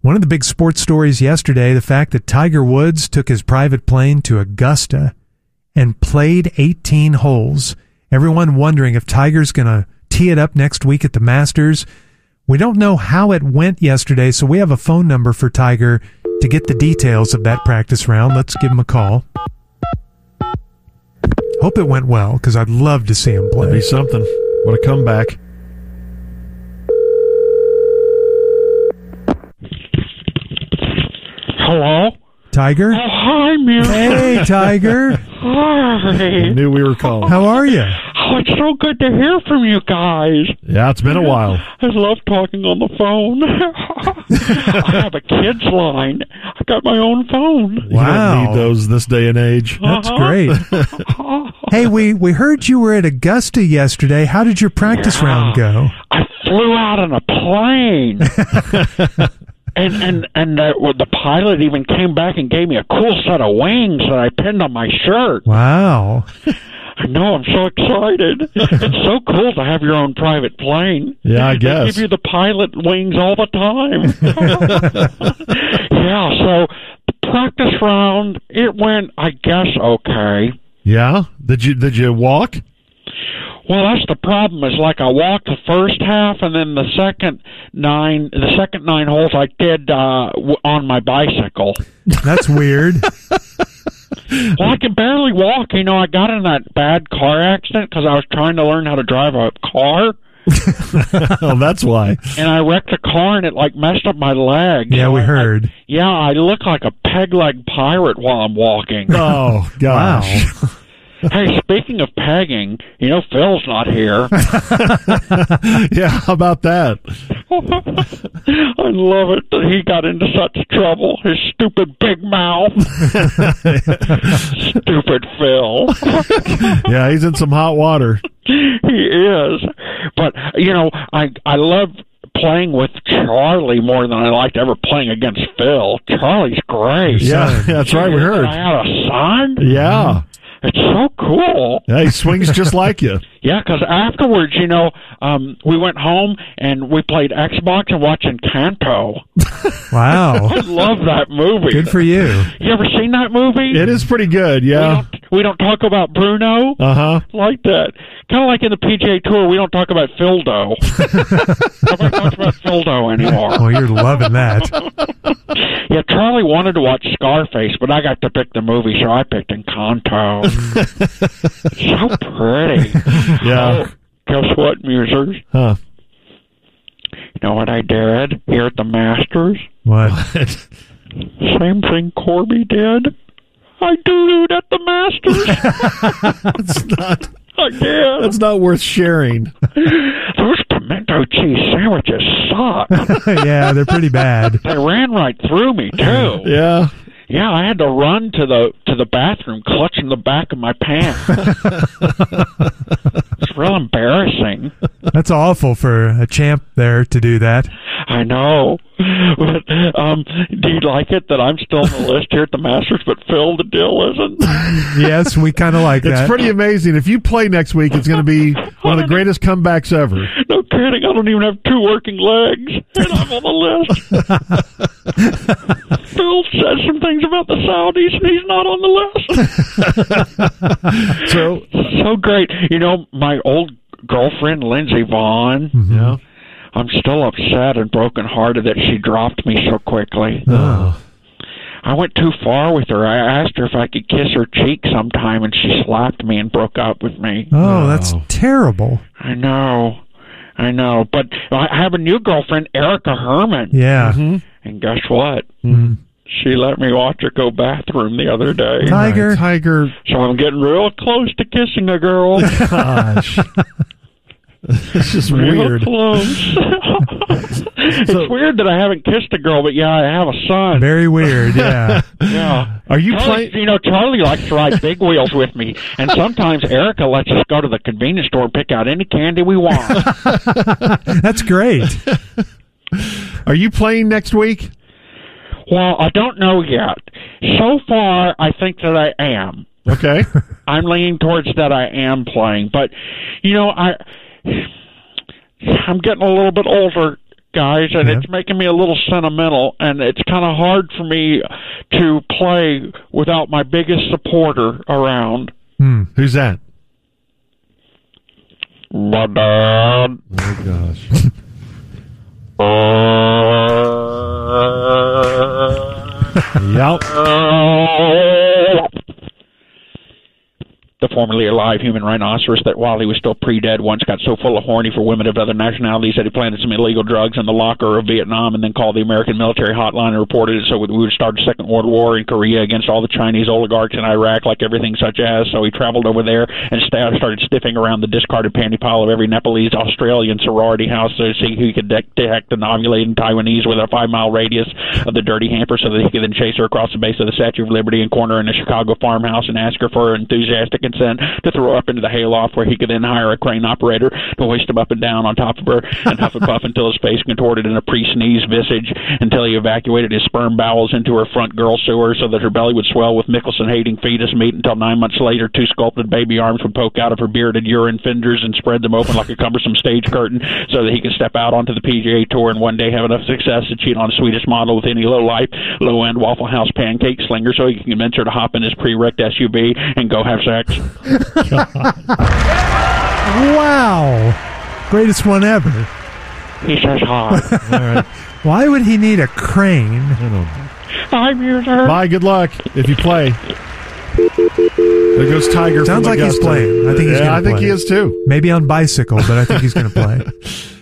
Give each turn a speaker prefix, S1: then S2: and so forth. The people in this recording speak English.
S1: One of the big sports stories yesterday the fact that Tiger Woods took his private plane to Augusta and played 18 holes. Everyone wondering if Tiger's going to tee it up next week at the Masters. We don't know how it went yesterday, so we have a phone number for Tiger to get the details of that practice round. Let's give him a call. Hope it went well because I'd love to see him
S2: That'd
S1: play.
S2: be something. What a comeback.
S3: Hello?
S1: Tiger?
S3: Oh, hi, Mary.
S1: Hey, Tiger.
S2: I
S3: Hi.
S2: knew we were calling.
S1: How are you?
S3: Oh, it's so good to hear from you guys.
S2: Yeah, it's been a while.
S3: I love talking on the phone. I have a kid's line. I got my own phone.
S2: You
S1: Wow.
S2: don't need those this day and age.
S1: That's great. hey, we, we heard you were at Augusta yesterday. How did your practice round go?
S3: I flew out on a plane. And and and uh, well, the pilot even came back and gave me a cool set of wings that I pinned on my shirt.
S1: Wow.
S3: I know I'm so excited. it's so cool to have your own private plane.
S2: Yeah, I
S3: They
S2: guess.
S3: give you the pilot wings all the time. yeah, so the practice round, it went, I guess, okay.
S2: Yeah? Did you did you walk?
S3: Well, that's the problem. Is like I walked the first half, and then the second nine, the second nine holes I did uh, w- on my bicycle.
S1: That's weird.
S3: Well, I can barely walk. You know, I got in that bad car accident because I was trying to learn how to drive a car.
S2: oh, that's why.
S3: and I wrecked a car and it like messed up my leg.
S1: Yeah,
S3: So
S1: we
S3: I-
S1: heard.
S3: I- yeah, I look like a peg leg pirate while I'm walking.
S2: Oh, gosh.
S3: hey, speaking of pegging, you know Phil's not here.
S2: yeah, how about that?
S3: I love it that he got into such trouble. His stupid big mouth. stupid Phil.
S2: Yeah, he's in some hot water.
S3: he is. But you know, I I love playing with Charlie more than I liked ever playing against Phil. Charlie's great.
S2: Yeah,
S1: Son.
S2: that's right. We
S3: I
S2: heard.
S3: had a son.
S2: Yeah.
S3: It's so cool.
S2: Yeah, he swings just like you.
S3: Yeah, 'cause afterwards, you know, um, we went home and we played Xbox and watched Encanto.
S1: Wow.
S3: I love that movie.
S1: Good for you.
S3: you ever seen that movie?
S2: It is pretty good.
S3: We
S2: Yeah.
S3: don't, we don't talk about Bruno
S2: Uh huh.
S3: like that. Kind of like in the PGA Tour, we don't talk about Phildo. Nobody talks about Phildo anymore.
S2: Oh,
S1: Well, you're loving that.
S3: Yeah, Charlie wanted to watch Scarface, but I got to pick the movie, so I picked Encanto. so pretty.
S2: Uh-huh. Yeah.
S3: Guess what, musers?
S2: Huh.
S3: You know what I did here at the Masters?
S1: What?
S3: Same thing Corby did. I dooed at the Masters.
S2: That's not.
S3: I did.
S2: That's not worth sharing.
S3: Those pimento cheese sandwiches suck.
S1: yeah, they're pretty bad.
S3: they ran right through me too.
S2: Yeah.
S3: Yeah, I had to run to the to the bathroom, clutching the back of my pants. it's real embarrassing.
S1: That's awful for a champ there to do that.
S3: I know. But um, do you like it that I'm still on the list here at the Masters, but Phil the Dill isn't?
S1: Yes, we kind of like
S2: It's
S1: that.
S2: pretty amazing. If you play next week, it's going to be one of the greatest comebacks ever.
S3: No kidding. I don't even have two working legs, and I'm on the list. Phil says some things about the Saudis, and he's not on the list.
S2: So,
S3: so great. You know, my old girlfriend, Lindsay Vaughn,
S2: yeah.
S3: I'm still upset and brokenhearted that she dropped me so quickly.
S2: Oh.
S3: I went too far with her. I asked her if I could kiss her cheek sometime, and she slapped me and broke up with me.
S1: Oh, that's terrible.
S3: I know. I know, but I have a new girlfriend, Erica Herman.
S1: Yeah.
S2: Mm-hmm.
S3: And guess what?
S2: Hmm.
S3: She let me watch her go bathroom the other day.
S1: Tiger.
S2: Tiger.
S3: So I'm getting real close to kissing a girl.
S2: Gosh. It's just
S3: real
S2: weird.
S3: close. it's
S2: So-
S3: weird that I haven't kissed a girl, but yeah, I have a son.
S1: Very weird. Yeah.
S3: yeah.
S2: Are you
S3: Charlie,
S2: playing?
S3: you know, Charlie likes to ride big wheels with me, and sometimes Erica lets us go to the convenience store and pick out any candy we want.
S1: That's great.
S2: Are you playing next week?
S3: well, I don't know yet. So far, I think that I am.
S2: Okay.
S3: I'm leaning towards that I am playing, but you know, I I'm getting a little bit older. guys, and
S1: Yeah.
S3: it's making me a little sentimental, and it's kind of hard for me to play without my biggest supporter around.
S1: Hmm.
S2: Who's that?
S3: My dad.
S2: Oh gosh. yep.
S3: The formerly alive human rhinoceros that, while he was still pre dead, once got so full of horny for women of other nationalities that he planted some illegal drugs in the locker of Vietnam and then called the American military hotline and reported it so we would start a Second World War in Korea against all the Chinese oligarchs in Iraq, like everything such as. So he traveled over there and sta started sniffing around the discarded panty pile of every Nepalese Australian sorority house to see who he could de- detect an ovulating Taiwanese within a five mile radius of the dirty hamper so that he could then chase her across the base of the Statue of Liberty and corner her in a Chicago farmhouse and ask her for her enthusiastic consent to throw her up into the hayloft where he could then hire a crane operator to hoist him up and down on top of her and huff and puff until his face contorted in a pre-sneeze visage until he evacuated his sperm bowels into her front girl sewer so that her belly would swell with Mickelson hating fetus meat until nine months later two sculpted baby arms would poke out of her bearded urine fenders and spread them open like a cumbersome stage curtain so that he could step out onto the PGA tour and one day have enough success to cheat on a Swedish model with any low life, low end Waffle House pancake slinger so he can convince her to hop in his pre wrecked SUV and go have sex.
S1: Wow. Greatest one ever.
S3: He says hi.
S2: All right.
S1: Why would he need a crane?
S2: I don't know.
S3: I'm your nerd.
S2: Bye. Good luck if you play. There goes Tiger.
S1: Sounds
S2: from
S1: like he's
S2: Augusta.
S1: playing. I think he's
S2: yeah,
S1: gonna
S2: I think
S1: play.
S2: he is too.
S1: Maybe on bicycle, but I think he's going to play.